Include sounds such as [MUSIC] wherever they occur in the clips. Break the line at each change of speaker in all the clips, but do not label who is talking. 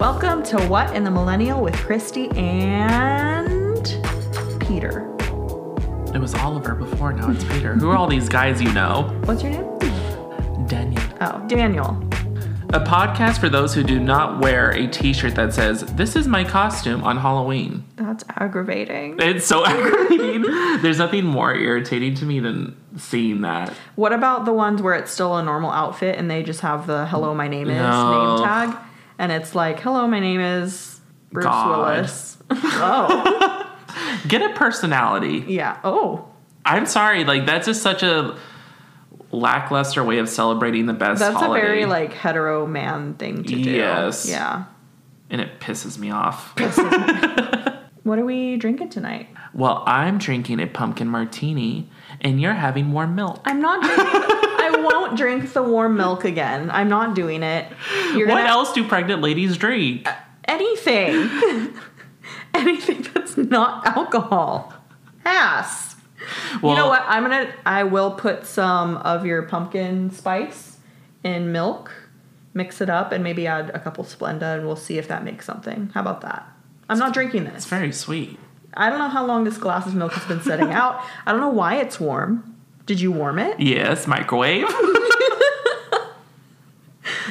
Welcome to What in the Millennial with Christy and Peter.
It was Oliver before, now it's Peter. Who are all these guys you know?
What's your name?
Daniel.
Oh, Daniel.
A podcast for those who do not wear a t shirt that says, This is my costume on Halloween.
That's aggravating.
It's so [LAUGHS] aggravating. There's nothing more irritating to me than seeing that.
What about the ones where it's still a normal outfit and they just have the hello, my name is
No.
name tag? And it's like, hello, my name is Bruce
God. [LAUGHS]
Willis. oh,
Get a personality.
yeah. Oh,
I'm sorry, like, that's just such a lackluster way of celebrating the best
that's
holiday.
a very like hetero man thing to do.
Yes.
Yeah.
and it pisses me off.
What are we drinking tonight?
well, I'm drinking a pumpkin martini, and you're having warm milk.
I'm not drinking. I won't drink the warm milk again. I'm not doing it. You're
What
gonna
else do pregnant ladies drink?
anything, [LAUGHS] anything that's not alcohol. Ass.
Well,
you know what? I'm gonna. I will put some of your pumpkin spice in milk, mix it up, and maybe add a couple Splenda, and we'll see if that makes something. How about that? I'm not drinking
It's
this.
very sweet.
I don't know how long this glass of milk has been
[LAUGHS]
setting out. I don't know why it's warm. Did you warm it?
Yes, microwave. [LAUGHS]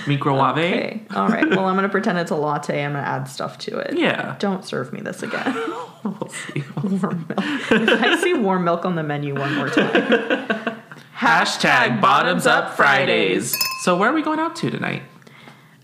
Microwave.
Okay. All right. Well, I'm going to pretend it's a latte. I'm going to add stuff to it. [LAUGHS]
Yeah.
Don't serve me this again. [LAUGHS]
We'll see.
warm milk. If I see warm milk on the menu one more time.
Hashtag bottoms up Fridays. So where are we going out to tonight?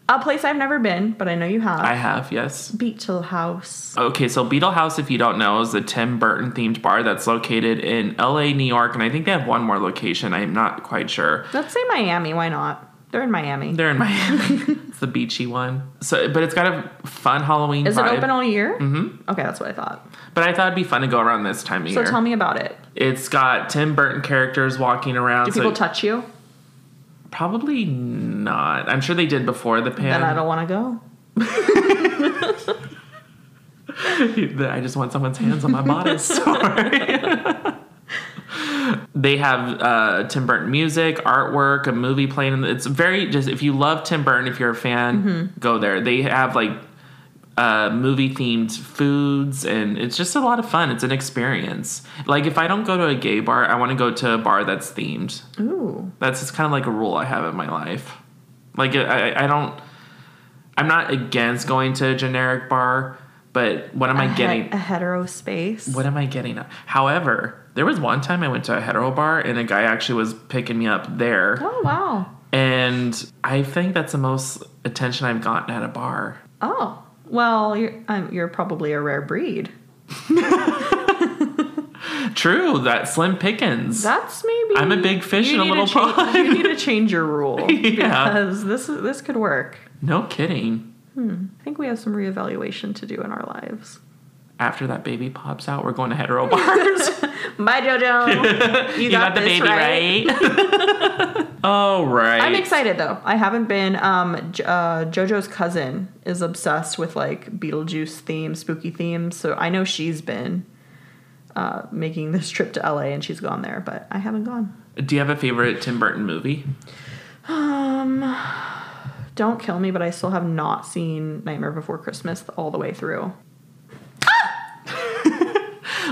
A place I've never been, but I know you have.
I have, yes.
Beach Hill House.
Okay, so Beetle House, if you don't know, is the Tim Burton themed bar that's located in LA, New York, and I think they have one more location. I'm not quite sure.
Let's say Miami. Why not? They're in Miami.
They're in Miami.
[LAUGHS]
it's the beachy one. So, but it's got a fun Halloween
Is it
vibe.
open all year? Mm-hmm. Okay, that's what I thought.
but I thought it'd be fun to go around this time of
So
year.
tell me about it.
It's got Tim Burton characters walking around.
Do
so-
people touch you?
Probably not. I'm sure they did before the
Then I
pan.
don't want to go.
[LAUGHS] I just want someone's hands on my bodice. [LAUGHS] Sorry. [LAUGHS] they have uh, Tim Burton music, artwork, a movie playing. in the- It's very just if you love Tim Burton, if you're a fan,
Mm-hmm.
go there. They have like uh, movie themed foods, and it's just a lot of fun. It's an experience. Like if I don't go to a gay bar, I want to go to a bar that's themed.
Ooh.
That's just kind of like a rule I have in my life. Like I, I- I don't. I'm not against going to a generic bar, but what am I
A he-
getting?
a hetero space.
What am I getting? at? However, there was one time I went to a hetero bar and a guy actually was picking me up there,
Oh wow.
and I think that's the most attention I've gotten at a bar.
Oh well, you're um, you're probably a rare breed.
True, that Slim Pickens.
That's maybe.
I'm a big fish
you
in a
need to
little
change-
pond.
You need to change your rule [LAUGHS]
[LAUGHS] [LAUGHS] Yeah.
because this is- this could work.
no kidding.
I think we have some reevaluation to do in our lives.
After that baby pops out, we're going to
[LAUGHS]
hetero bars.
Bye,
[LAUGHS]
JoJo. You,
you got, the
this
baby right. [LAUGHS] All right.
I'm excited though. I haven't been. Um, J- uh, JoJo's cousin is obsessed with like Beetlejuice themes, spooky themes. So I know she's been uh, making this trip to LA, and she's gone there, but I haven't gone.
Do you have a favorite Tim Burton movie?
Um, don't kill me, but I still have not seen Nightmare Before Christmas all the way through.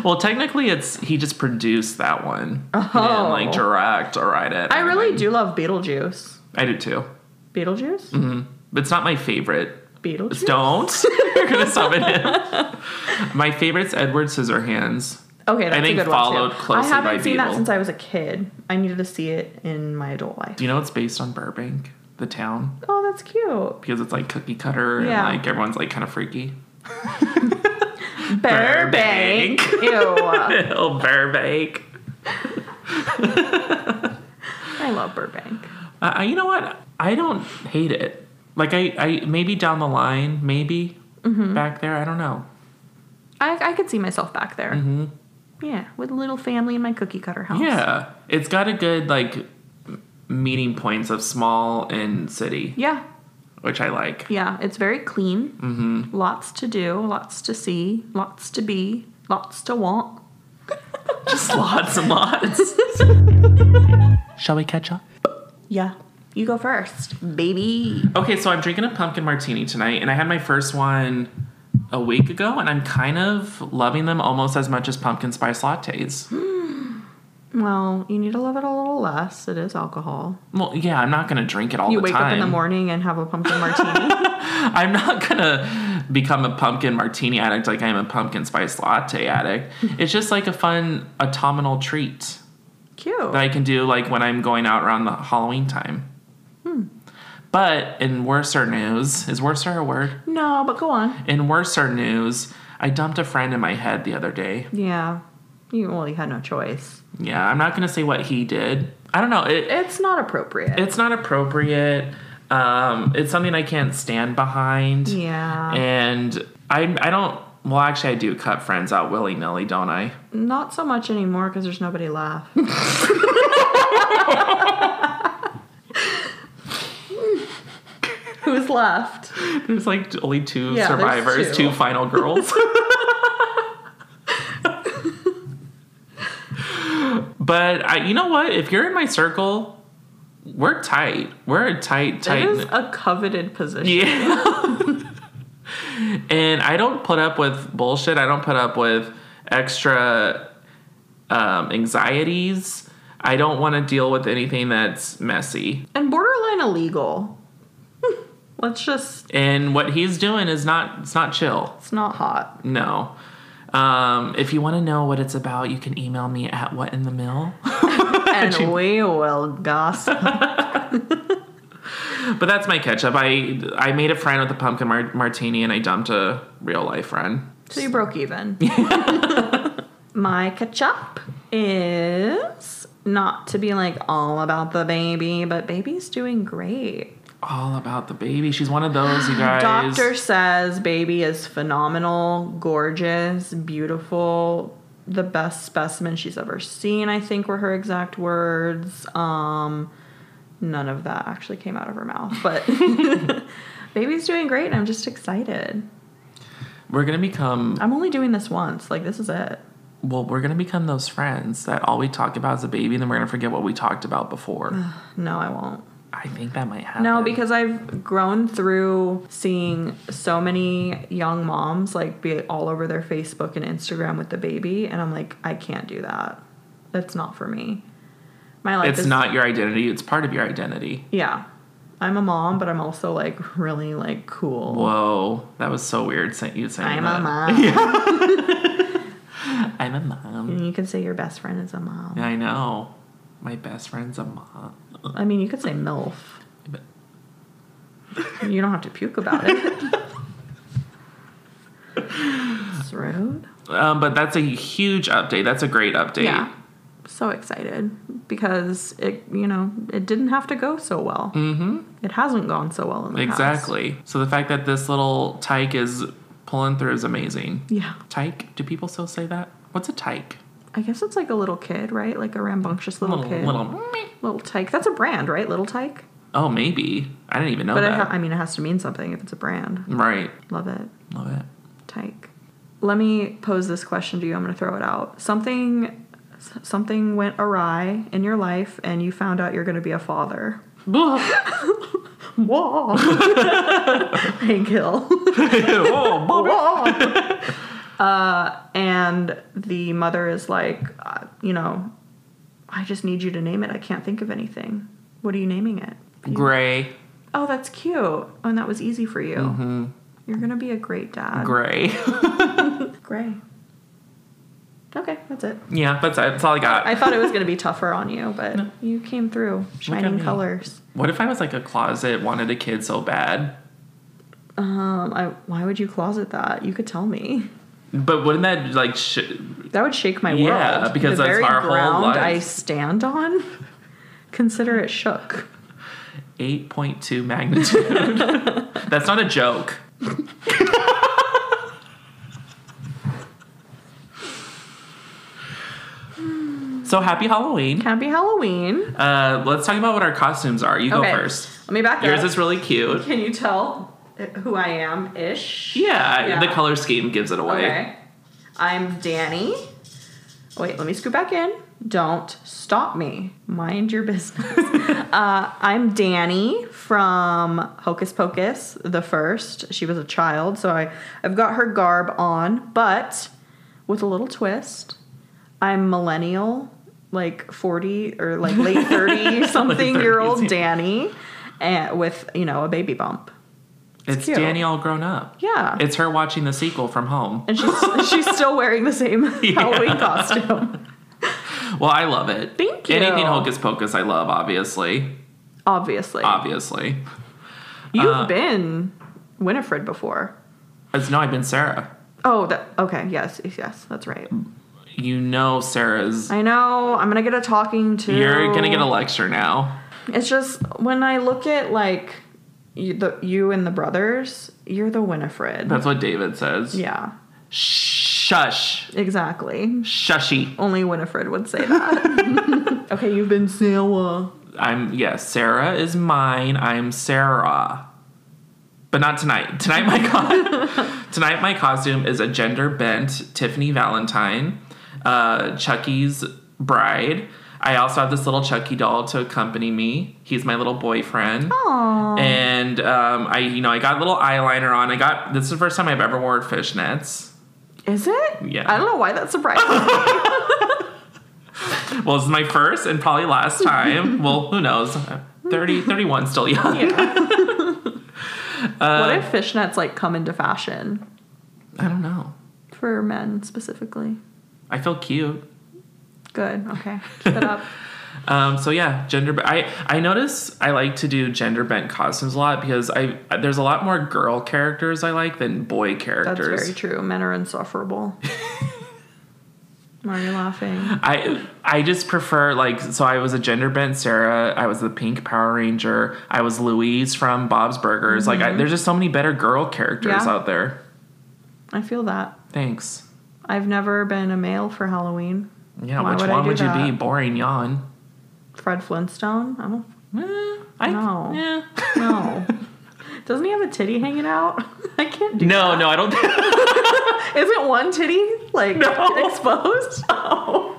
Well, technically, it's he just produced that one He didn't, like
Oh.
direct or write it.
I really
do.
do love Beetlejuice.
I do too.
Beetlejuice?
Mm-hmm. But it's not my favorite.
[LAUGHS] Beetlejuice?
Don't [LAUGHS] you're gonna summon him. my favorite's Edward Scissorhands.
Okay, that's
think
a good
followed
one too.
closely
I haven't
by
seen that
Beetle.
since I was a kid. I needed to see it in my adult life.
Do you know it's based on Burbank, the town,
Oh, that's cute.
because it's like cookie cutter
Yeah.
and like everyone's like kind of freaky. [LAUGHS]
Burbank.
[LAUGHS]
Ew.
Oh, Burbank.
I love Burbank.
Uh, I- you know what? I don't hate it. Like I, I maybe down the line, maybe
Mm-hmm.
back there. I don't know.
I, I could see myself back there. Yeah, with a little family in my cookie cutter house.
Mm-hmm. Yeah, it's got a good like m- meeting points of small and city,
Yeah.
which I like. [LAUGHS]
Yeah. It's very clean. Mm-hmm. Lots to do, lots to see, lots to be, lots to
[LAUGHS]
want.
Just lots and lots. Shall we catch up?
Yeah. You go first, baby.
Okay, so I'm drinking a pumpkin martini tonight, and I had my first one a week ago, and I'm kind of loving them almost as much as pumpkin spice lattes.
Well, you need to love it a little less. It is alcohol.
Well, yeah, I'm not gonna drink it all
you
the
wake
time.
up in the morning and have a pumpkin
[LAUGHS]
martini.
I'm not gonna become a pumpkin martini addict like I am a pumpkin spice latte
[LAUGHS]
addict. It's just like a fun autumnal treat
Cute.
that I can do like when I'm going out around the Halloween time. But in worser news, is worser a word?
no, but go on.
In worser news, I dumped a friend in my head the other day.
Yeah. You well, you had no choice.
Yeah, I'm not gonna say what he did. I don't know. It,
It's not appropriate.
it's not appropriate. Um, it's something I can't stand behind.
yeah.
And I I don't. Well, actually, I do cut friends out willy nilly, don't I?
Not so much anymore because there's nobody
[LAUGHS]
left. [LAUGHS] Who's left?
There's like only two
Yeah, there's
survivors,
two.
two.
[LAUGHS]
final girls. but I, you know what? If you're in my circle, we're tight. We're a tight, tight.
It is a coveted position.
Yeah. [LAUGHS] and I don't put up with bullshit. I don't put up with extra um, anxieties. I don't want to deal with anything that's messy.
And borderline illegal. [LAUGHS] Let's just,
And what he's doing is not it's not chill.
it's not hot.
No. Um, if you want to know what it's about, you can email me at what in the mill. [LAUGHS]
And we will gossip.
But that's my catch up. I I made a friend with a pumpkin mar- martini and I dumped a real life friend.
So you broke
[LAUGHS]
even. My catch up is not to be like all about the baby, but baby's doing great.
All about the baby. She's one of those you
[GASPS]
guys.
Doctor says baby is phenomenal, gorgeous, beautiful, the best specimen she's ever seen, I think were her exact words. Um none of that actually came out of her mouth, but [LAUGHS] baby's doing great and I'm just excited.
We're gonna become
I'm only doing this once. Like this is it.
well, we're gonna become those friends that all we talk about is a baby, and then we're gonna forget what we talked about before.
No, I won't.
I think that might happen.
No, because I've grown through seeing so many young moms like be all over their Facebook and Instagram with the baby, and I'm like, I can't do that. That's not for me. My life
it's
is
not your identity; it's part of your identity.
Yeah, I'm a mom, but I'm also like really like cool.
Whoa, that was so weird. Sent you saying
I'm
that.
a mom. [LAUGHS]
[LAUGHS] I'm a mom.
And you can say your best friend is a mom.
I know. My best friend's a mom. [LAUGHS]
I mean, you could say MILF. You don't have to puke about
[LAUGHS]
it. it's rude.
Um, but that's a huge update. That's a great update.
Yeah. So excited because it, you know, it didn't have to go so well. Mm-hmm. It hasn't gone so well in the past.
Exactly. So the fact that this little tyke is pulling through is amazing.
Yeah.
Tyke? Do people still say that? What's a tyke?
I guess it's like a little kid, right? Like a rambunctious little,
Little,
kid.
little. meep.
Little tyke. That's a brand, right? Little tyke.
Oh, maybe. I didn't even know
But it ha-
that.
I mean, it has to mean something if it's a brand.
right.
Love it.
Love it.
Tyke. Let me pose this question to you. I'm going to throw it out. Something s- something went awry in your life and you found out you're going to be a father. [LAUGHS]
[LAUGHS] oh,
Whoa. [LAUGHS] Hank Hill.
Oh, Bobby.
uh, and the mother is like, uh, you know, I just need you to name it. I can't think of anything. What are you naming it?
Gray.
Oh, that's cute. Oh, and that was easy for you. You're gonna be a great dad.
Gray. [LAUGHS]
Gray. Okay, that's it.
yeah, that's, that's all I got.
I thought it was gonna be tougher on you, but you came through, shining
me.
colors.
what if I was like a closet, wanted a kid so bad?
Um, I, why would you closet that? You could tell me.
But wouldn't that like sh-
That would shake my world.
Yeah, because
the
that's
very
our whole
ground
life.
I stand on, [LAUGHS] consider it shook.
8.2
[LAUGHS]
magnitude? that's not a joke. so happy Halloween.
Happy Halloween.
Uh, let's talk about what our costumes are. You
okay.
go first.
Let me back
Yours
up.
is really cute.
Can you tell who I am ish?
Yeah,
Yeah.
the color scheme gives it away.
Okay. I'm Danny. Oh, Wait, let me scoot back in. Don't stop me. Mind your business. [LAUGHS] uh, I'm Danny from Hocus Pocus, the first. She was a child, so I, I've got her garb on, but with a little twist. I'm millennial, like 40 or like late 30 something year old
30s,
Danny, and with, you know, a baby bump.
It's
cute.
Danielle grown up.
Yeah.
It's her watching the sequel from home.
and she's, she's still wearing the
[LAUGHS]
same Halloween costume.
Well, I love it.
Thank you.
Anything Hocus Pocus, I love, obviously.
Obviously.
Obviously.
You've
Uh,
been Winifred before.
As no, I've been Sarah.
Oh, that, okay. Yes, yes, that's right.
You know Sarah's.
I know. I'm gonna get a talking to.
You're gonna get a lecture now.
It's just when I look at like you, the you and the brothers, you're the Winifred.
That's what David says.
yeah,
Shush.
exactly.
Shushy.
Only Winifred would say that. [LAUGHS] okay, you've been Sarah.
I'm yes. Sarah is mine. I'm Sarah. But not tonight. Tonight my co- tonight my costume is a gender bent Tiffany Valentine, uh, Chucky's bride. I also have this little Chucky doll to accompany me. He's my little boyfriend.
Oh. Aww.
And um, I, you know, I got a little eyeliner on. I got this is the first time I've ever worn fishnets.
Is it?
Yeah.
I don't know why that surprised me.
Well, this is my first and
[LAUGHS]
probably last time. well, who knows? 30, 31, still young. Um,
what if fishnets like come into fashion
[LAUGHS] I don't know.
for men specifically?
I feel cute.
Good. Okay. Keep it
[LAUGHS]
up.
Um, so yeah, gender. I I notice I like to do gender bent costumes a lot because I there's a lot more girl characters I like than boy
That's
characters.
very true. Men are insufferable. Why are you laughing?
I I just prefer like so I was a gender bent Sarah, I was the pink Power Ranger, I was Louise from Bob's Burgers. Like I, there's just so many better girl characters
Mm-hmm. Yeah.
out there.
I feel that.
Thanks.
I've never been a male for Halloween.
Yeah,
Why
which
would I
one
do
would you be?
that?
Boring yawn.
Fred Flintstone? I don't
Eh, I
No.
yeah.
know.
[LAUGHS]
Doesn't he have a titty hanging out? [LAUGHS] I can't do
No, no, I don't.
[LAUGHS] Isn't one titty like
No.
exposed? [LAUGHS] Oh.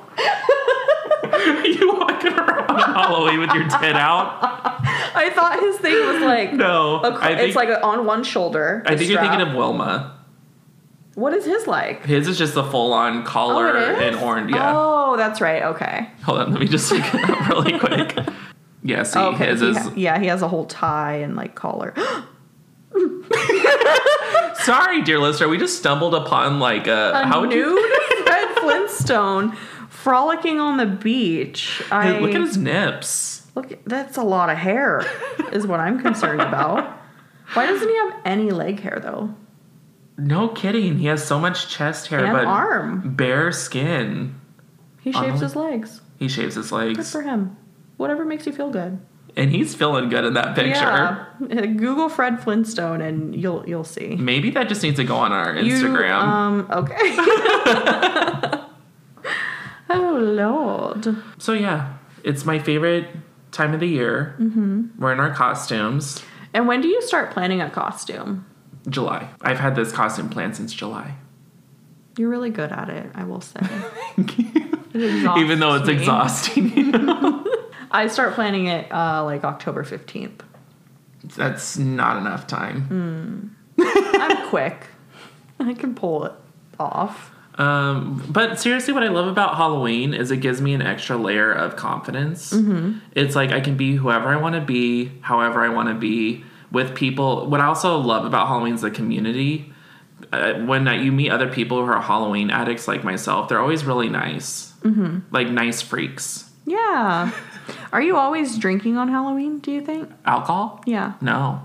you walking around on [LAUGHS] Halloween with your tit out?
I thought his thing was like
No,
a cl-
I think
it's like on one shoulder.
I
the
think you're thinking
strap.
of Wilma.
what is his like?
His is just a full on
Oh,
collar
it is?
and orange. Yeah.
Oh, that's right. Okay.
Hold on, let me just look
[LAUGHS]
it up really quick. Yeah, see,
Oh, okay.
his
He
is.
ha- yeah, he has a whole tie and like collar. [GASPS]
Sorry, dear listener, we just stumbled upon like a,
a
how would
nude
you [LAUGHS]
Fred Flintstone frolicking on the beach. I
look at his nips?
look at- that's a lot of
[LAUGHS]
hair, is what I'm concerned about. Why doesn't he have any leg hair though?
No kidding, he has so much chest hair,
And
but
arm.
bare skin.
He
On the
shaves
leg.
his legs.
He shaves his
Good
legs,
for him. Whatever makes you feel good.
and he's feeling good in that picture.
Yeah. [LAUGHS] Google Fred Flintstone and you'll you'll see.
Maybe that just needs to go on our
You,
Instagram.
um. Okay. [LAUGHS] oh lord.
so yeah, it's my favorite time of the year. Mm-hmm. We're in our costumes.
And when do you start planning a costume?
July. I've had this costume plan since July. [LAUGHS]
You're really good at it, I will say.
Thank you.
It exhausts
[LAUGHS] Even though it's
me.
exhausting. [LAUGHS]
I start planning it uh, like October 15th.
That's not enough time.
I'm [LAUGHS] quick. I can pull it off.
Um, but seriously, what I love about Halloween is it gives me an extra layer of confidence. It's like I can be whoever I want to be, however I want to be with people. What I also love about Halloween is the community. Uh, when uh, you meet other people who are Halloween addicts like myself, they're always really nice, like nice freaks.
Yeah. Are you always drinking on Halloween, do you think?
Alcohol?
Yeah.
No.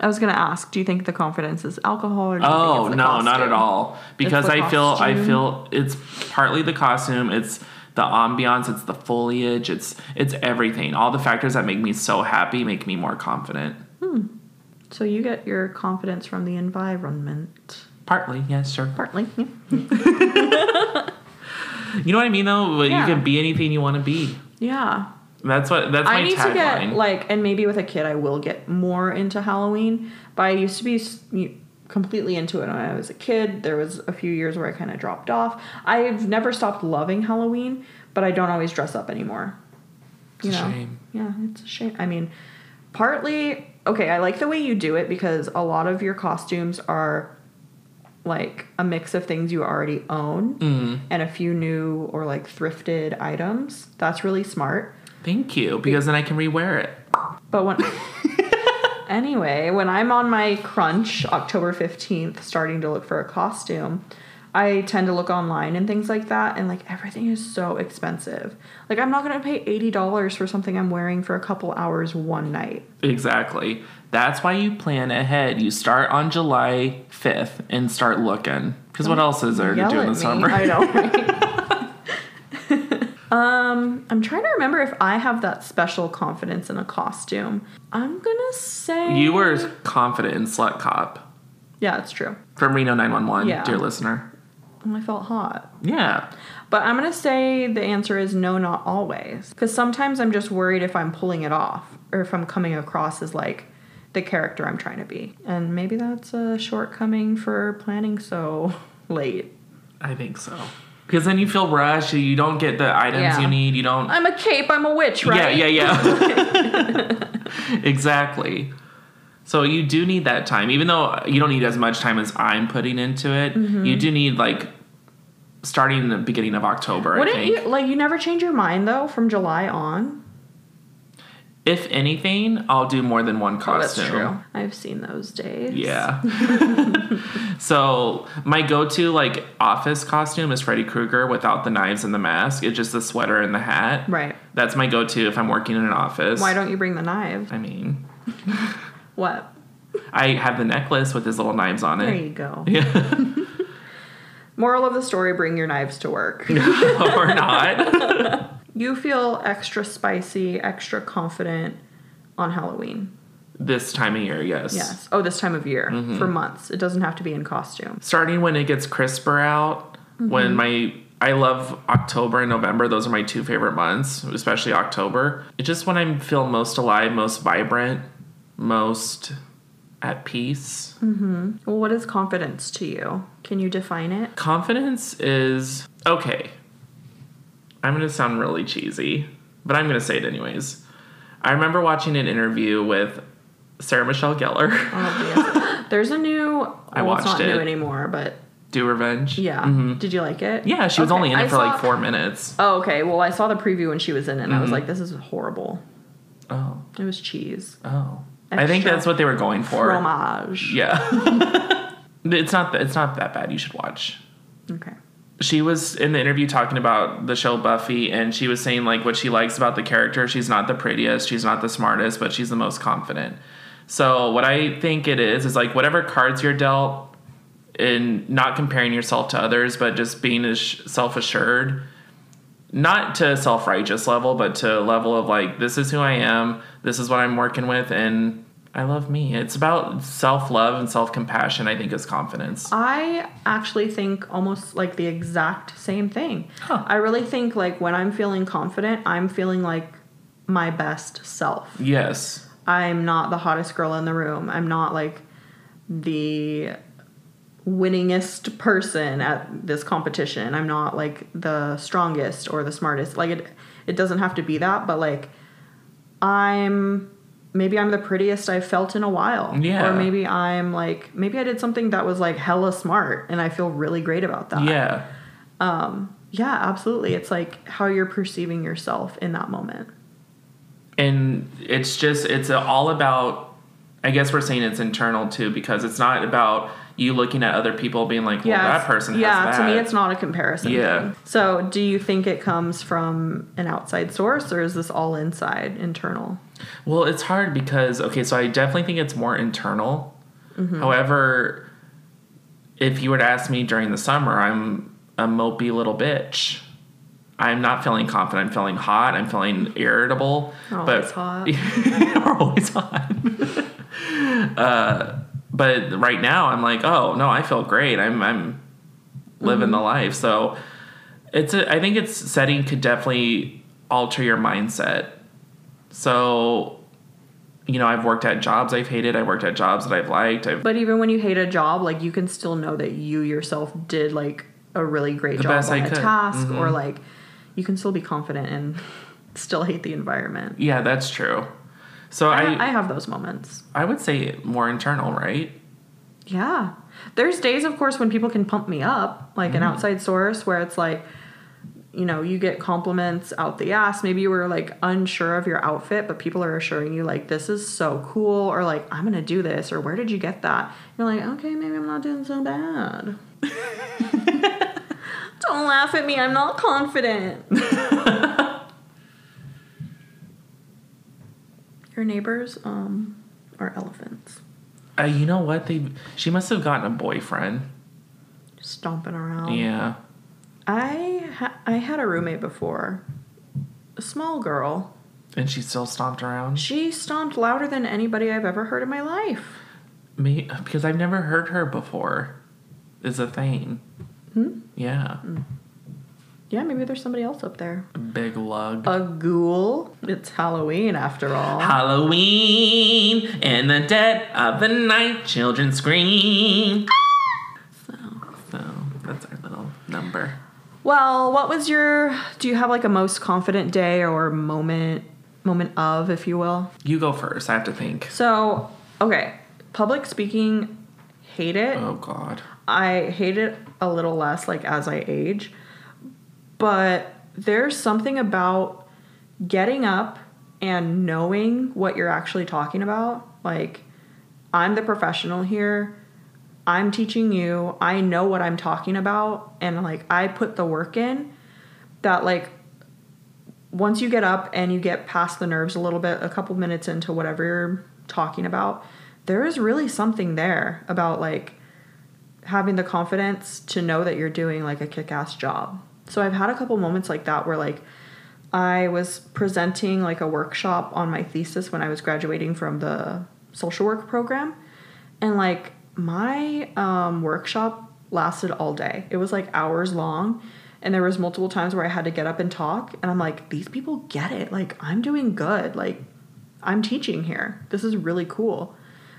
I was going to ask, do you think the confidence is alcohol or do you think
Oh
it's the
no, not at
costume?
all. Because
the
I feel I
costume.
feel it's partly the costume, it's the ambiance, it's the foliage, it's it's everything. All the factors that make me so happy make me more confident.
So you get your confidence from the environment.
Partly, yeah, sure.
Partly. yeah.
You know what I mean though? Well,
Yeah.
You can be anything you want to be.
Yeah.
That's what that's my
I need to get
tagline.
like, and maybe with a kid, I will get more into Halloween. But I used to be s- you- completely into it when I was a kid. There was a few years where I kind of dropped off. I've never stopped loving Halloween, but I don't always dress up anymore.
It's a shame.
Yeah, it's a shame. I mean, partly okay, I like the way you do it because a lot of your costumes are like a mix of things you already own
Mm-hmm.
and a few new or like thrifted items. That's really smart.
Thank you, because then I can rewear it.
But when [LAUGHS] anyway, when I'm on my crunch October 15th starting to look for a costume, I tend to look online and things like that and like everything is so expensive. Like I'm not going to pay $80 for something I'm wearing for a couple hours one night.
Exactly. That's why you plan ahead. You start on July 5th and start looking. Because what else is there to
Yell
do in
at
the
me.
summer? [LAUGHS]
I know. right? [LAUGHS] um, I'm trying to remember if I have that special confidence in a costume. I'm gonna say
You were confident in Slut Cop
Yeah, it's true.
from Reno 911,
Yeah.
dear listener.
I felt hot.
Yeah.
But I'm gonna say the answer is no, not always. Because sometimes I'm just worried if I'm pulling it off or if I'm coming across as like the character I'm trying to be. And maybe that's a shortcoming for planning so [LAUGHS] late.
I think so. Because then you feel rushed. You don't get the items
Yeah.
you need. You don't.
I'm a cape, I'm a witch, right?
Yeah, yeah,
[LAUGHS]
yeah. exactly. So you do need that time, even though you don't need as much time as I'm putting into it.
Mm-hmm.
You do need like starting in the beginning of October. I
Wouldn't
think.
you like you never change your mind though from July on?
If anything, I'll do more than one
Oh, that's
costume.
true. I've seen those days.
Yeah. [LAUGHS] so my go-to like office costume is Freddy Krueger without the knives and the mask. It's just the sweater and the hat.
Right.
That's my go-to if I'm working in an office.
Why don't you bring the knives?
I mean,
What?
I have the necklace with his little knives on
There
it.
you go.
Yeah.
Moral of the story bring your knives to work.
[LAUGHS]
[LAUGHS]
or not.
you feel extra spicy, extra confident on Halloween.
this time of year, yes.
Yes. Oh, this time of year
Mm-hmm.
for months. It doesn't have to be in costume.
Starting when it gets crisper out,
Mm-hmm.
when my I love October and November. Those are my two favorite months, especially October. It's just when I feel most alive, most vibrant, most at peace.
Mm-hmm. Well, what is confidence to you? Can you define it?
Confidence is okay. I'm going to sound really cheesy, but I'm going to say it anyways. I remember watching an interview with Sarah Michelle Gellar. [LAUGHS]
Oh, yes. There's a new.
I
well, it's
watched
not new
it.
anymore, but
Do Revenge.
yeah. Did you like it?
Yeah, she was
Okay.
only in it
I
for like
saw-
four minutes.
Oh, okay. Well, I saw the preview when she was in it, and I was
Mm-hmm.
like, this is horrible.
Oh,
It was cheese.
oh. I think
Extra
that's what they were going for.
Fromage.
Yeah. [LAUGHS] it's not it's not that bad. You should watch.
Okay.
She was in the interview talking about the show Buffy, and she was saying like what she likes about the character. She's not the prettiest, she's not the smartest, but she's the most confident. So what I think it is is like whatever cards you're dealt, and not comparing yourself to others, but just being as self assured, not to self righteous level, but to a level of like, this is who I am, this is what I'm working with, and I love me. It's about self love and self compassion, I think, is confidence.
I actually think almost like the exact same thing.
Huh.
I really think like when I'm feeling confident, I'm feeling like my best self.
Yes.
I'm not the hottest girl in the room. I'm not like the winningest person at this competition. I'm not like the strongest or the smartest. Like it it doesn't have to be that, but like I'm maybe I'm the prettiest I've felt in a while.
Yeah.
Or maybe I'm like maybe I did something that was like hella smart and I feel really great about that.
Yeah.
Yeah, absolutely. It's like how you're perceiving yourself in that moment.
and it's just it's all about i guess we're saying it's internal too because it's not about you looking at other people being like well that
it's-
person
yeah
has that
to me it's not a comparison
Yeah.
thing. so do you think it comes from an outside source or is this all inside internal
well it's hard because okay so i definitely think it's more internal
Mm-hmm.
however if you were to ask me during the summer i'm a mopey little bitch i'm not feeling confident i'm feeling hot i'm feeling irritable
Always
but [LAUGHS]
hot.
are always hot [LAUGHS] Uh, but right now I'm like, oh no, I feel great. I'm I'm living
Mm-hmm.
the life. So it's a, I think it's setting could definitely alter your mindset. So you know, I've worked at jobs I've hated. I've worked at jobs that I've liked. I've
But even when you hate a job, like you can still know that you yourself did like a really great
The
job
best
on
I
a
could.
task, or
Mhm.
like you can still be confident and [LAUGHS] still hate the environment.
yeah, that's true. So
I, I
I,
have those moments.
I would say more internal, right?
Yeah. There's days, of course, when people can pump me up, like an outside source, where it's like, you know, you get compliments out the ass. Maybe you were like unsure of your outfit, but people are assuring you, like, this is so cool, or like, I'm gonna do this, or where did you get that? You're like, okay, maybe I'm not doing so bad. Don't laugh at me, I'm not confident. your neighbors um, are elephants
Uh, you know what? They she must have gotten a boyfriend.
stomping around.
Yeah.
I ha- I had a roommate before, a small girl.
And she still stomped around
She stomped louder than anybody I've ever heard in my life.
me because I've never heard her before. Is a thing.
Hmm?
Yeah.
Yeah, maybe there's somebody else up there.
Big lug.
A ghoul. It's Halloween after all.
Halloween in the dead of the night, children scream.
Ah!
So, so that's our little number.
Well, what was your? Do you have like a most confident day or moment moment of, if you will?
You go first. I have to think.
So okay, public speaking, hate it.
Oh God.
I hate it a little less like as I age. But there's something about getting up and knowing what you're actually talking about. Like I'm the professional here. I'm teaching you. I know what I'm talking about and like I put the work in that like once you get up and you get past the nerves a little bit, a couple minutes into whatever you're talking about, there is really something there about like having the confidence to know that you're doing like a kick-ass job. So I've had a couple moments like that where like I was presenting like a workshop on my thesis when I was graduating from the social work program and like my um, workshop lasted all day. It was like hours long and there was multiple times where I had to get up and talk and I'm like these people get it. Like I'm doing good. Like I'm teaching here. This is really cool.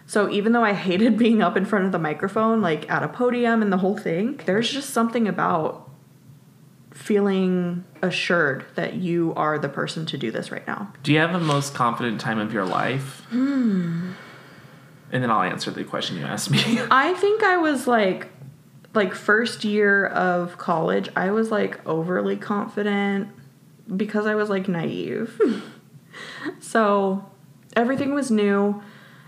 So even though I hated [LAUGHS] being up in front of the microphone, like at a podium and the whole thing, there's just something about feeling assured that you are the person to do this right now.
Do you have a most confident time of your life? Hmm. And then I'll answer the question you asked me. [LAUGHS]
I think I was like like first year of college, I was like overly confident because I was like naive. [LAUGHS] so everything was new.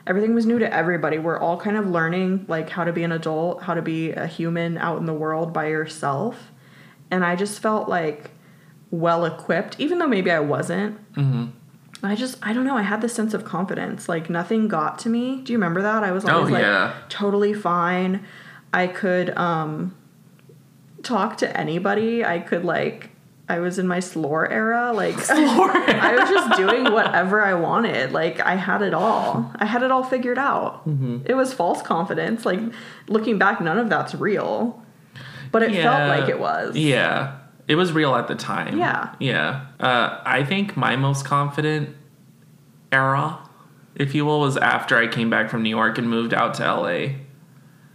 Everything was new to everybody. We're all kind of learning like how to be an adult, how to be a human out in the world by yourself. And I just felt like well equipped, even though maybe I wasn't.
Mhm.
I just I don't know. I had this sense of confidence. Like nothing got to me. Do you remember that? I was always
Oh,
like
yeah.
totally fine. I could um talk to anybody. I could like I was in my slore era.
[LAUGHS]
Like [LAUGHS] I was just doing whatever I wanted. Like I had it all. I had it all figured out.
Mm-hmm.
It was false confidence. Like looking back, none of that's real. But it
Yeah.
felt like it was.
Yeah. It was real at the time.
Yeah.
Yeah. Uh, I think my most confident era, if you will, was after I came back from New York and moved out to LA.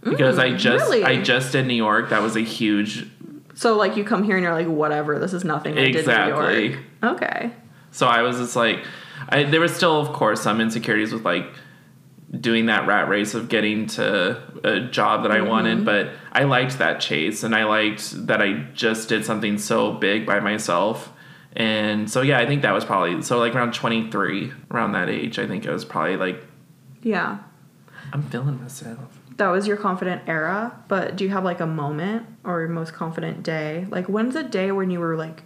Because I just
Mm, really?
I just did New York. That was a huge
So like you come here and you're like, whatever, this is nothing. I did in New
Exactly.
York. Okay.
So I was just like, I, there was still, of course, some insecurities with like doing that rat race of getting to a job that I wanted, but I liked that chase and I liked that I just did something so big by myself. And so, yeah, I think that was probably so, like around 23, around that age, I think it was probably like,
Yeah.
I'm feeling myself.
That was your confident era, but do you have like a moment or your most confident day? Like when's a day when you were like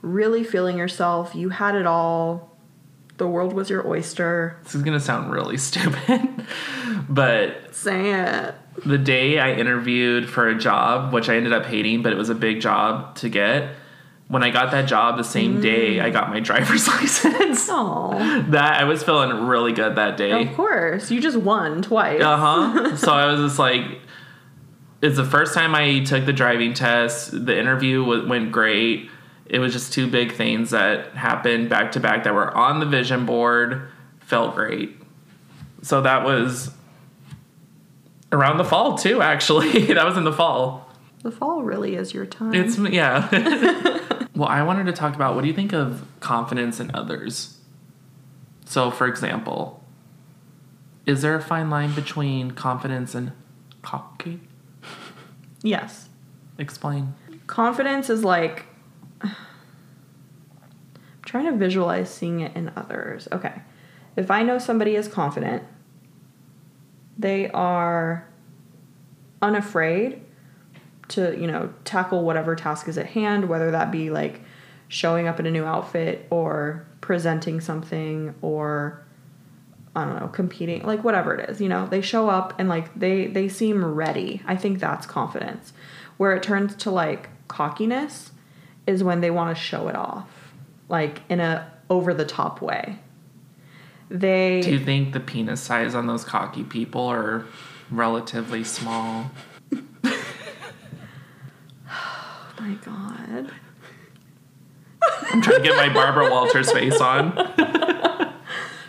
really feeling yourself, you had it all, the world was your oyster.
This is gonna sound really [LAUGHS] stupid, but
Say it.
the day I interviewed for a job, which I ended up hating, but it was a big job to get. When I got that job, the same day I got my [LAUGHS] driver's license. [LAUGHS]
Oh.
that I was feeling really good that
Of
day.
course. You just won twice.
[LAUGHS] Uh huh. so I was just like, it's the first time I took the driving test. The interview w- went great. It was just two big things that happened back to back that were on the vision board. Felt great. So that was around the fall too. Actually, [LAUGHS] that was in the fall.
The fall really is your time.
It's yeah. well, I wanted to talk about what do you think of confidence in others? So, for example, is there a fine line between confidence and cocky?
[LAUGHS] yes.
Explain.
Confidence is like [SIGHS] I'm trying to visualize seeing it in others. Okay. If I know somebody is confident, they are unafraid to, you know, tackle whatever task is at hand, whether that be like showing up in a new outfit or presenting something or I don't know, competing, like whatever it is, you know, they show up and like they they seem ready. I think that's confidence. Where it turns to like cockiness is when they want to show it off, like in a over the top way. They
Do you think the penis size on those cocky people are relatively small?
oh my god.
I'm trying to get my Barbara Walters face on.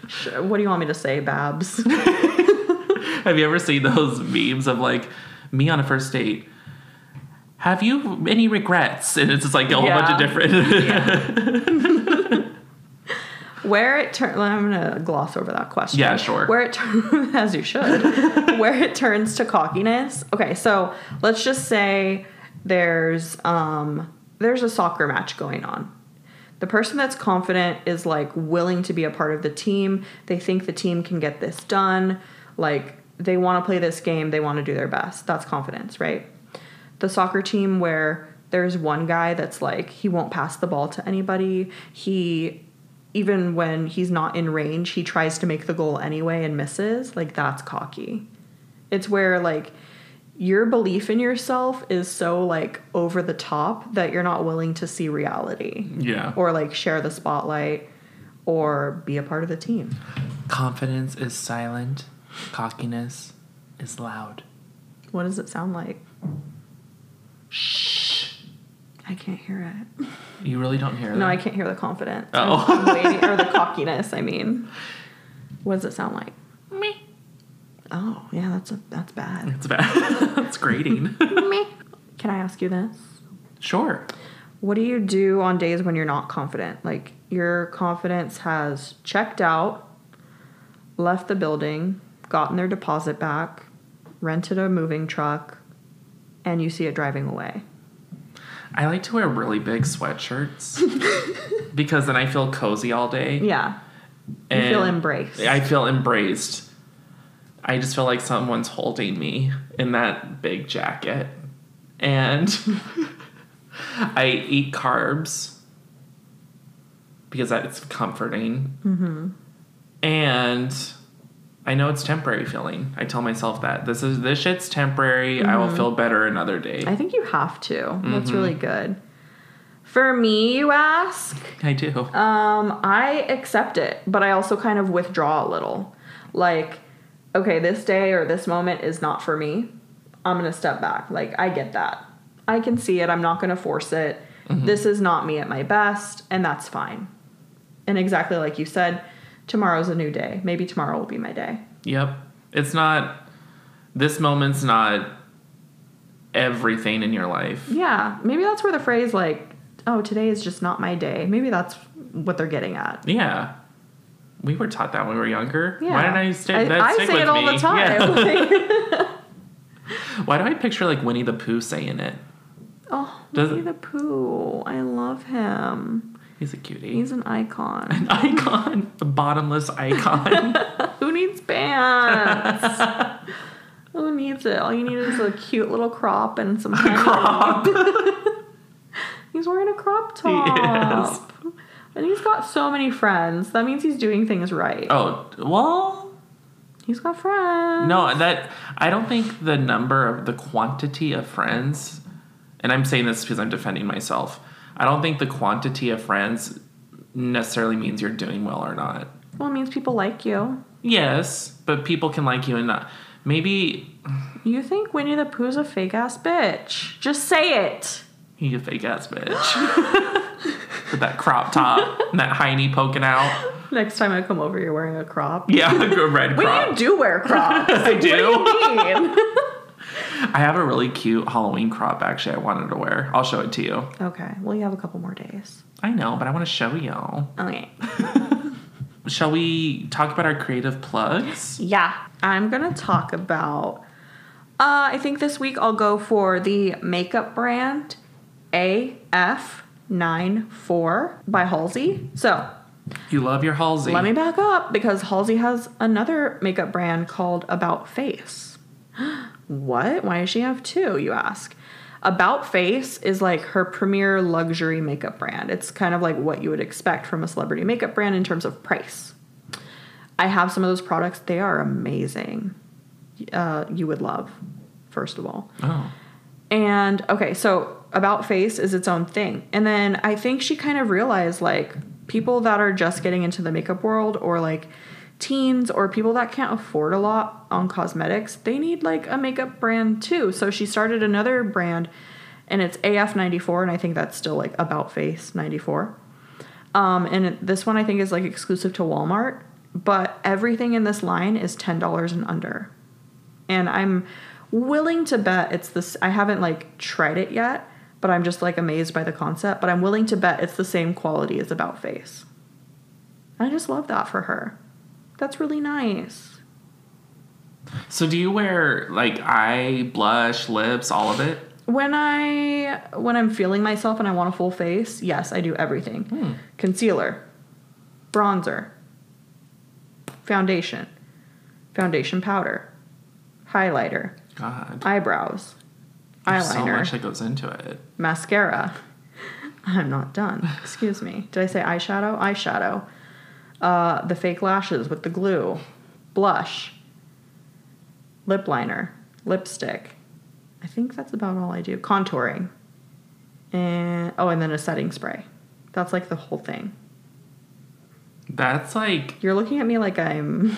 Sure, What do you want me to say, Babs? [LAUGHS]
Have you ever seen those memes of like me on a first date? Have you any regrets? And it's just like a whole bunch of
Yeah.
different.
Where it turns, I'm gonna gloss over that question.
Yeah, sure.
Where it turns, [LAUGHS] as you
[LAUGHS]
should, where it turns to cockiness. Okay, so let's just say there's um there's a soccer match going on. The person that's confident is like willing to be a part of the team. They think the team can get this done. Like they want to play this game. They want to do their best. That's confidence, right? the soccer team where there's one guy that's like he won't pass the ball to anybody. He even when he's not in range, he tries to make the goal anyway and misses. Like that's cocky. It's where like your belief in yourself is so like over the top that you're not willing to see reality
[LAUGHS] yeah.
or like share the spotlight or be a part of the team.
Confidence is silent, cockiness is loud.
What does it sound like? Shh. I can't hear it.
You really don't hear
No, I
[LAUGHS] that.
can't hear the confidence.
Oh.
I'm waiting, or the cockiness, I mean. What does it sound like?
Me.
Oh, yeah, that's a, that's bad.
[LAUGHS] It's bad. it's grating. [LAUGHS]
Me. Can I ask you this?
sure.
What do you do on days when you're not confident? Like your confidence has checked out, left the building, gotten their deposit back, rented a moving truck, and you see it driving away.
I like to wear really big sweatshirts
[LAUGHS]
because then I feel cozy all day.
Yeah. You feel embraced.
I feel embraced. I just feel like someone's holding me in that big jacket. And [LAUGHS] I eat carbs because that it's comforting. And I know it's temporary feeling. I tell myself that this is this shit's temporary. I will feel better another day.
I think you have to. That's really good. For me, you ask?
I do.
Um, I accept it, but I also kind of withdraw a little. Like, okay, this day or this moment is not for me. I'm gonna step back. Like, I get that. I can see it. I'm not gonna force it.
Mm-hmm.
This is not me at my best, and that's fine. And exactly like you said, tomorrow's a new day. Maybe tomorrow will be my day.
Yep. It's not this moment's not everything in your life.
Yeah, maybe that's where the phrase like, "Oh, today is just not my day." Maybe that's what they're getting at.
Yeah. We were taught that when we were younger.
Yeah.
Why didn't I stay
I,
that
I
stick
say
with
it all
me?
the time. [LAUGHS]
Yeah. [LAUGHS]
Like,
Why do I picture like Winnie the Pooh saying it?
oh,
Does-
Winnie the Pooh. I love him.
He's a cutie.
He's an icon. [LAUGHS]
an [LAUGHS] icon. A bottomless icon.
Who needs pants?
[LAUGHS]
Who needs it? All you need is a cute little crop and some honey.
Crop.
[LAUGHS] He's wearing a crop
He is.
top. And he's got so many friends. That means he's doing things right.
Oh well
He's got friends.
no, that I don't think the number of the quantity of friends and I'm saying this because I'm defending myself. I don't think the quantity of friends necessarily means you're doing well or not.
Well, it means people like you.
Yes, but people can like you and not. Maybe
You think Winnie the Pooh's a fake ass bitch. Just say it.
he's [LAUGHS] a fake ass bitch with that crop top and that hiney poking out.
Next time I come over, you're wearing a crop.
Yeah, [LAUGHS] a red
Wait,
crop.
you do wear crops.
[LAUGHS] I do.
What do you mean?
I have a really cute Halloween crop actually I wanted to wear. I'll show it to you.
okay. Well, you have a couple more days.
I know, but I want to show y'all.
Okay.
Shall we talk about our creative plugs?
Yeah. I'm going to talk about. Uh, I think this week I'll go for the makeup brand AF94 by Halsey. So
You love your Halsey.
let me back up because Halsey has another makeup brand called About Face. [GASPS] what? Why does she have two, you ask? About Face is like her premier luxury makeup brand. It's kind of like what you would expect from a celebrity makeup brand in terms of price. I have some of those products, they are amazing. Uh, you would love, first of all.
Oh.
And okay, so about face is its own thing. And then I think she kind of realized like people that are just getting into the makeup world or like teens or people that can't afford a lot on cosmetics, they need like a makeup brand too. So she started another brand and it's AF94 and I think that's still like about face 94. Um, and it- this one I think is like exclusive to Walmart, but everything in this line is $10 and under and I'm willing to bet it's this. I haven't like tried it yet, but I'm just like amazed by the concept. But I'm willing to bet it's the same quality as About Face. I just love that for her. That's really nice.
So do you wear like eye, blush, lips, all of it?
When I when I'm feeling myself and I want a full face, yes, I do everything:
Hmm.
concealer, bronzer, foundation, foundation powder, highlighter,
God.
eyebrows, eyeliner.
There's so much that goes into it.
mascara. I'm not done. Excuse me. Did I say eyeshadow? Eyeshadow. Uh, the fake lashes with the glue, blush, lip liner, lipstick. I think that's about all I do. Contouring. And oh, and then a setting spray. That's like the whole thing.
That's like
You're looking at me like I'm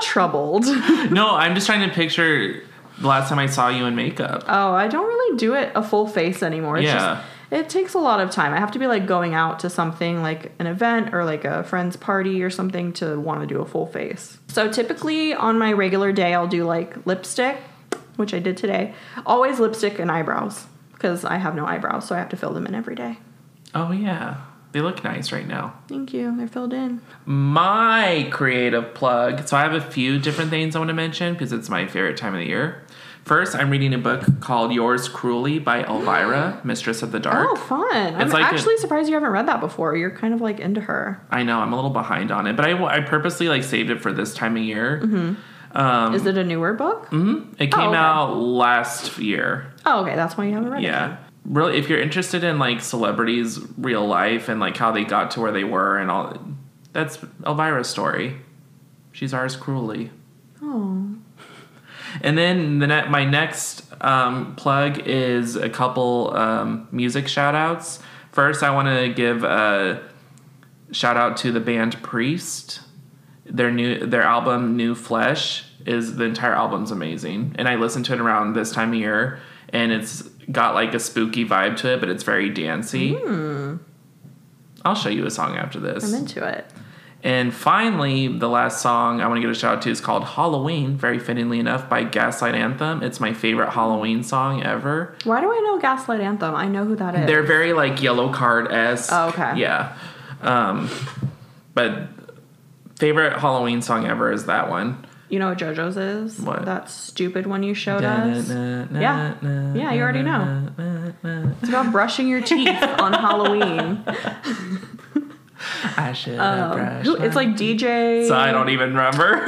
troubled.
No, I'm just trying to picture the last time I saw you in makeup.
Oh, I don't really do it a full face anymore. It's
Yeah.
just it takes a lot of time. I have to be like going out to something like an event or like a friend's party or something to want to do a full face. So typically on my regular day I'll do like lipstick, which I did today. Always lipstick and eyebrows because I have no eyebrows, so I have to fill them in every day.
Oh yeah. They look nice right now.
Thank you. They're filled in.
My creative plug. So I have a few different things I want to mention because it's my favorite time of the year. First, I'm reading a book called Yours Cruelly by
[GASPS]
Elvira, Mistress of the Dark.
Oh, fun.
It's
I'm
like a-
actually surprised you haven't read that before. You're kind of like into her.
I know I'm a little behind on it, but I, I purposely like saved it for this time of year. Um, mm.
Is it a newer book?
it came
Mm-hmm. Oh, okay.
out last year,
Oh, okay. That's why you haven't read it.
yeah really if you're interested in like celebrities real life and like how they got to where they were and all that's elvira's story she's ours cruelly
Oh.
and then the ne- my next um, plug is a couple um, music shout outs first i want to give a shout out to the band priest their new their album new flesh is the entire album's amazing and i listened to it around this time of year and it's got like a spooky vibe to it but it's very dancey i'll show you a song after this
I'm into it.
and finally, the last song I want to give a shout out to is called Halloween, very fittingly enough, by Gaslight Anthem. It's my favorite Halloween song ever.
Why do I know Gaslight Anthem? I know who that is.
They're very like yellow card esque.
Oh, okay.
Yeah. Um, but favorite Halloween song ever is that one.
you know what JoJo's is?
What?
That stupid one you showed us. Oh, Yeah. Yeah, you already know. It's about brushing your
[LAUGHS]
teeth on Halloween.
I
Um,
should have brushed
who- it's
my-
like DJ.
So [LAUGHS] I don't
[LAUGHS]
even remember.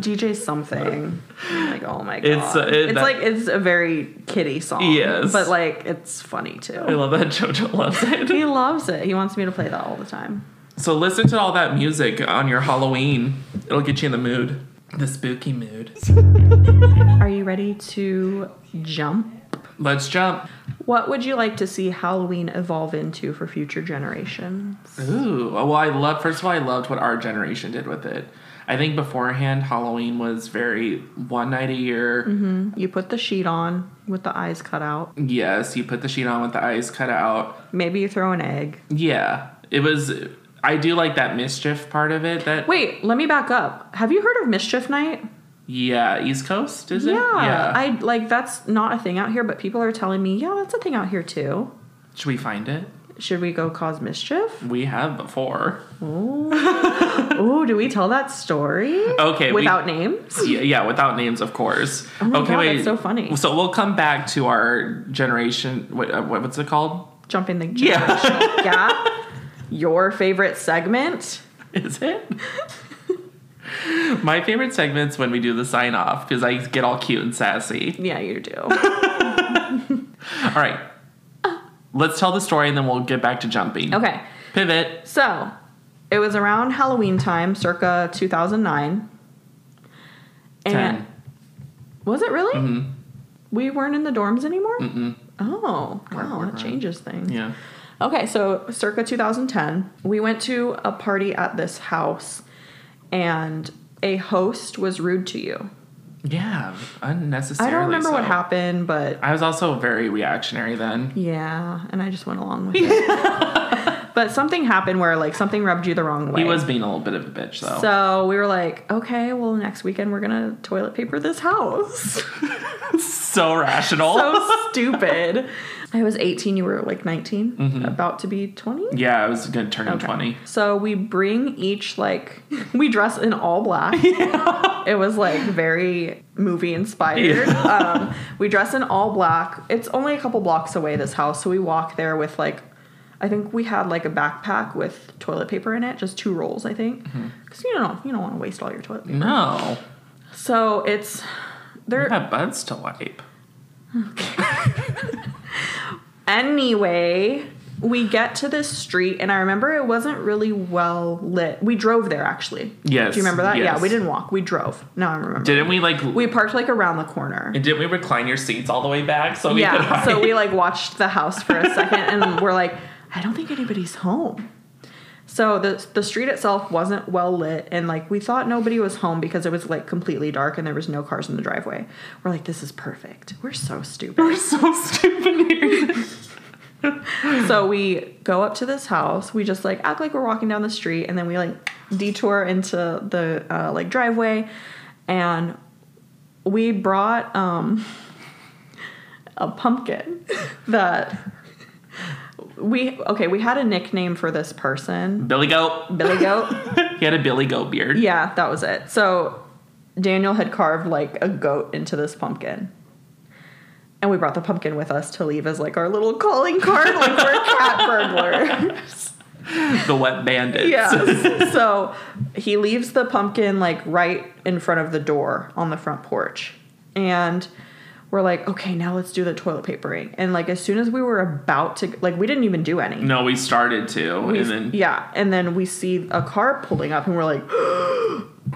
DJ something. Like oh my god.
It's,
It's
uh, it- that-
like it's a very kitty song.
Yes.
But like it's funny
I
too.
love that JoJo loves it.
He loves it. He wants me to play that all the time.
So listen to all that music on your Halloween. It'll get you in the mood. The spooky mood.
Are you ready to jump?
Let's jump.
What would you like to see Halloween evolve into for future generations?
Ooh. Well, I love, first of all, I loved what our generation did with it. I think beforehand, Halloween was very one night a year.
You put the sheet on with the eyes cut out.
Yes, you put the sheet on with the eyes cut out.
Maybe you throw an egg.
Yeah. It was, I do like that mischief part of it. That
Wait, let me back up. Have you heard of Mischief Night?
yeah, East Coast is it?
I like that's not a thing out here, but people are telling me, yeah, that's a thing out here too.
Should we find it?
Should we go cause
[LAUGHS]
mischief?
We have before.
Oh, do we tell that story?
Okay, we-
Without names?
[LAUGHS] yeah, yeah, without names, of course.
my
okay,
God,
wait.
that's so funny.
So we'll come back to our generation. What, uh, what- what's it called?
Jumping the
Yeah.
generational gap. Your favorite segment?
[LAUGHS] Is it? My favorite segment's when we do the sign off because I get all cute and sassy.
Yeah, you
[LAUGHS]
do.
All right. Let's tell the story and then we'll get back to jumping.
Okay.
Pivot.
So, it was around Halloween time, circa 2009. And
10.
was it really?
Mhm.
We weren't in the dorms anymore?
Mm-mm.
Oh,
We're-
wow,
we're-
that changes things.
Yeah.
Okay, so circa 2010, we went to a party at this house and a host was rude to you.
Yeah. Unnecessary.
I don't remember what happened, but
I was also very reactionary then.
yeah, and I just went along
[LAUGHS]
with it. but something happened where like something rubbed you the wrong way.
He was being a little bit of a bitch though.
So we were like, okay, well, next weekend we're gonna toilet paper this house.
so rational. [LAUGHS]
so stupid. I was 18, you were like 19, about to be 20.
Mm-hmm. yeah, I was gonna turn him
Okay.
twenty.
So we bring each like [LAUGHS] we dress in all
[LAUGHS]
black. It was like very movie inspired. [LAUGHS] Um, we dress in all black. It's only a couple blocks away this house, so we walk there with like I think we had like a backpack with toilet paper in it, just two rolls, I think,
Mm-hmm.
because you don't you don't want to waste all your toilet paper.
No.
So it's
I
there
have buds to wipe.
Anyway, we get to this street, and I remember it wasn't really well lit. We drove there actually.
Yes,
Do you remember that?
yes.
Yeah, we didn't walk. We drove. No, I remember.
Didn't we like
we parked like around the corner.
And didn't we recline your seats all the way back so we could
yeah.
hide?
So we like watched the house for a second, and we're like, I don't think anybody's home. So the the street itself wasn't well lit, and like we thought nobody was home because it was like completely dark and there was no cars in the driveway. We're like, this is perfect. We're so stupid.
We're so stupid here.
So we go up to this house. We just like act like we're walking down the street, and then we like detour into the uh, like driveway, and we brought um, a pumpkin that we okay. We had a nickname for this person,
Billy Goat.
Billy Goat.
He had a Billy Goat beard.
Yeah, that was it. So Daniel had carved like a goat into this pumpkin. And we brought the pumpkin with us to leave as like our little calling card, like we're cat burglars.
The
[LAUGHS]
wet bandits. [LAUGHS]
Yes. So he leaves the pumpkin like right in front of the door on the front porch. And we're like, okay, now let's do the toilet papering. And like as soon as we were about to like we didn't even do any.
No, we started to.
We-
and then
yeah, and then we see a car pulling up, and we're like, [GASPS]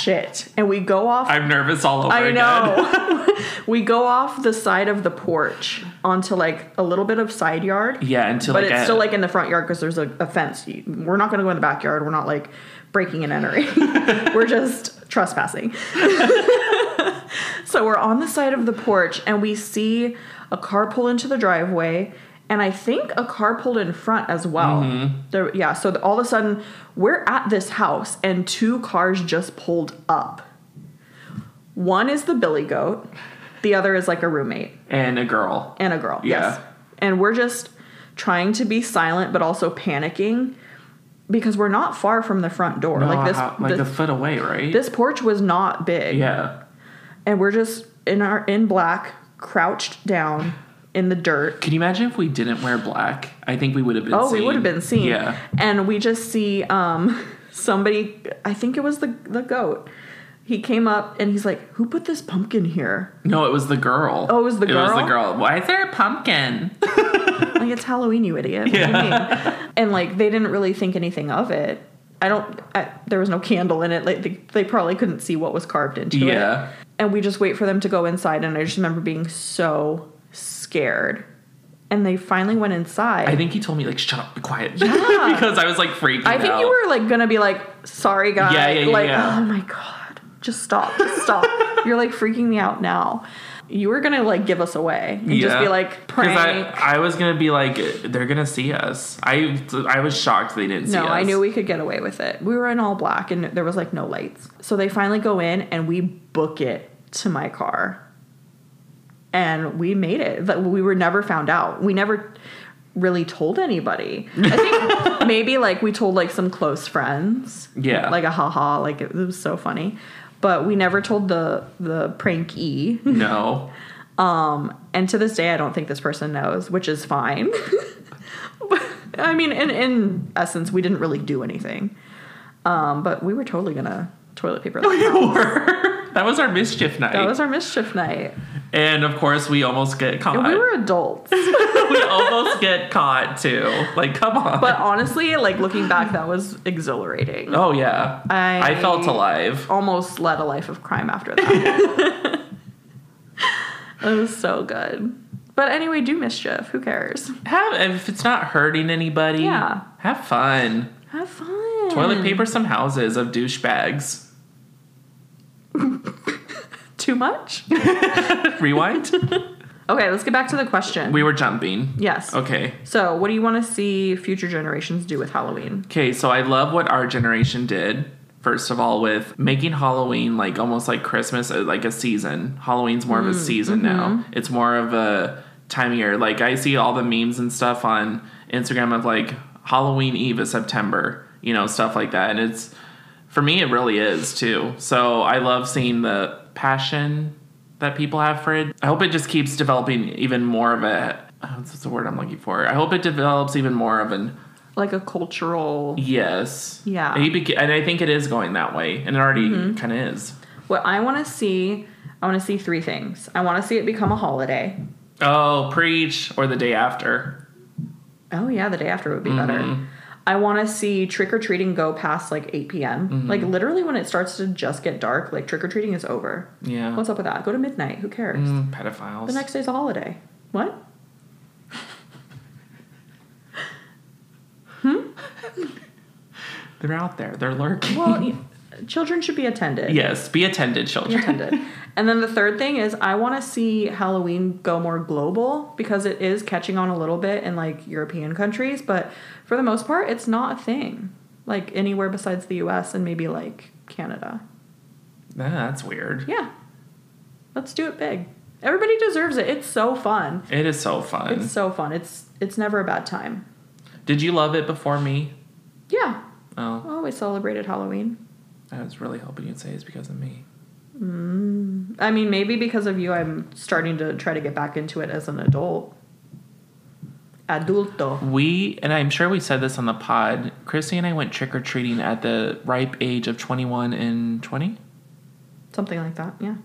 "Shit!" And we go off.
I'm nervous all over
I
again. [LAUGHS]
know. [LAUGHS] we go off the side of the porch onto like a little bit of side yard,
Yeah, until
but
like
it's
a-
still like in the front yard because there's a, a fence. You- We're not going to go in the backyard. We're not like breaking and
[LAUGHS]
entering. we're just trespassing. [LAUGHS] so we're on the side of the porch, and we see a car pull into the driveway. And I think a car pulled in front as well.
Mm-hmm.
There, yeah, so all of a sudden, we're at this house, and two cars just pulled up. One is the billy goat, the other is like a roommate
and a girl.
and a girl. Yes.
Yeah.
And we're just trying to be silent but also panicking because we're not far from the front door.
No,
like this
how- like
this,
a foot away, right?
this porch was not big.
yeah.
And we're just in our in black crouched down in the dirt.
Can you imagine if we didn't wear black? I think we would have been
Oh,
seen.
we would have been seen.
Yeah.
And we just see um [LAUGHS] somebody I think it was the the goat. He came up and he's like, "Who put this pumpkin here?"
No, it was the girl.
Oh, it was the
It was
girl?
the girl. Why is there a pumpkin?
[LAUGHS] like Oh, it's Halloween, you idiot. What do you mean? And like they didn't really think anything of it. I don't. I, there was no candle in it. Like they, they probably couldn't see what was carved into it.
Yeah.
And we just wait for them to go inside, and I just remember being so scared. And they finally went inside.
I think he told me like shut up, be quiet. [LAUGHS]
Yeah.
because I was like freaking
I think
out.
you were like gonna be like, sorry guy.
Yeah, yeah, yeah,
like,
yeah. [LAUGHS]
oh my god. Just stop. Just stop. You're like freaking me out now. You were gonna like give us away and just be like
'Cause
prank.
I, I was gonna be like, they're gonna see us. I I was shocked they didn't see
no,
us.
I knew we could get away with it. We were in all black and there was like no lights. So they finally go in and we book it to my car. And we made it. But we were never found out. We never really told anybody. I think maybe like we told like some close friends.
Yeah.
Like a haha, like it, was so funny. But we never told the the E. prankee.
[LAUGHS] No.
And to this day, I don't think this person knows, which is fine. [LAUGHS] but, I mean, in, in essence, we didn't really do anything. Um, but we were totally gonna toilet paper. That,
We were. that was our mischief night.
that was our mischief night.
and of course, we almost get caught.
And we were
[LAUGHS]
adults.
we almost get caught too. Like, come on.
But honestly, like looking back, that was exhilarating.
oh yeah.
I-
I felt alive.
Almost led a life of crime after that.
[LAUGHS]
[LAUGHS] it was so good. But anyway, do mischief. Who cares?
Have if it's not hurting anybody.
Yeah. Hmm.
Have fun.
Have fun.
Toilet paper some houses of douchebags. [LAUGHS]
Too much? [LAUGHS]
Rewind.
Okay, let's get back to the question.
we were jumping.
yes.
Okay.
So, what do you want to see future generations do with Halloween?
Okay, so I love what our generation did. First of all, with making Halloween like almost like Christmas, uh, like a season. Halloween's more of a season now. It's more of a time of year. Like I see all the memes and stuff on Instagram of like Halloween Eve is September, you know, stuff like that. And it's for me, it really is too. So I love seeing the passion that people have for it. I hope it just keeps developing even more of a. oh, What's the word I'm looking for? I hope it develops even more of an
Like a cultural.
Yes.
Yeah. Mm-hmm.
And, he beca- and I think it is going that way, and it already kind of is.
What I want to see, I want to see three things. I want to see it become a holiday.
Oh, preach or the day after.
Oh, yeah, the day after would be better. I want to see trick or treating go past like 8 p.m. Like, literally, when it starts to just get dark, like trick or treating is over.
Yeah.
What's up with that? Go to midnight. Who cares?
Mm, pedophiles?
The next day's a holiday. What?
They're out there. They're lurking.
Well,
[LAUGHS]
y- children should be attended.
yes. Be attended,
Be
children.
attended. and then the third thing is I want to see Halloween go more global because it is catching on a little bit in like European countries, but for the most part, it's not a thing like anywhere besides the U.S. and maybe like Canada.
[LAUGHS] Nah, that's weird.
Yeah, let's do it big. Everybody deserves it. It's so fun.
It is so fun.
It's so fun. It's it's never a bad time.
Did you love it before me?
Yeah, I
Oh,
always celebrated Halloween.
I was really hoping you'd say it's because of me.
I mean, maybe because of you, I'm starting to try to get back into it as an adult. Adulto.
We, and I'm sure we said this on the pod, Christy and I went trick or treating at the ripe age of 21 and 20.
Something like that, yeah.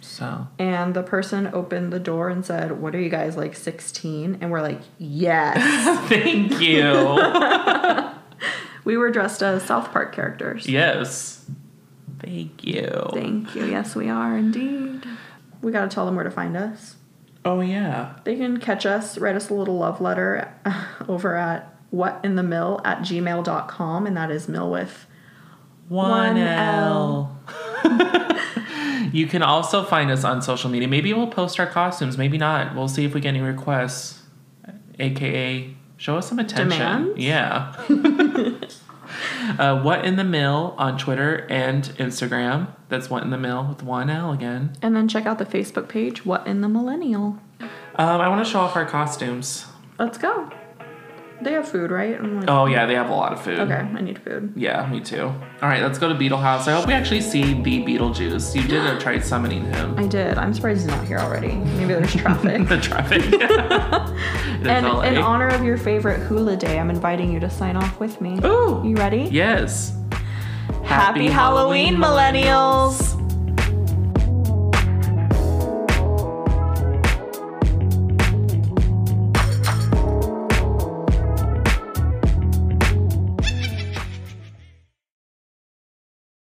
So, [LAUGHS]
And the person opened the door and said, What are you guys like 16? And we're like, Yes.
[LAUGHS] thank you.
we were dressed as South Park characters.
yes. Thank you.
Thank you. Yes, we are indeed. We got to tell them where to find us.
Oh yeah.
They can catch us, write us a little love letter [LAUGHS] over at whatinthemill at gmail.com. And that is mill with. One L.
[LAUGHS] you can also find us on social media. Maybe we'll post our costumes, maybe not. We'll see if we get any requests. AKA show us some attention.
Demands?
Yeah. [LAUGHS] uh, what in the mill on Twitter and Instagram. That's what in the mill with one L again.
And then check out the Facebook page, What in the Millennial.
Um, I want to show off our costumes.
Let's go. They have food, right? I'm like,
Oh yeah, they have a lot of food.
Okay, I need food.
Yeah, me too. All right, let's go to Beetle House. I hope we actually see the Beetlejuice. You did
[GASPS]
uh, try summoning him.
I did. I'm surprised he's not here already. Maybe there's traffic.
[LAUGHS] the traffic. In
[LAUGHS] And
LA.
in honor of your favorite hula day, I'm inviting you to sign off with me.
Ooh.
You ready?
Yes.
Happy Halloween, millennials.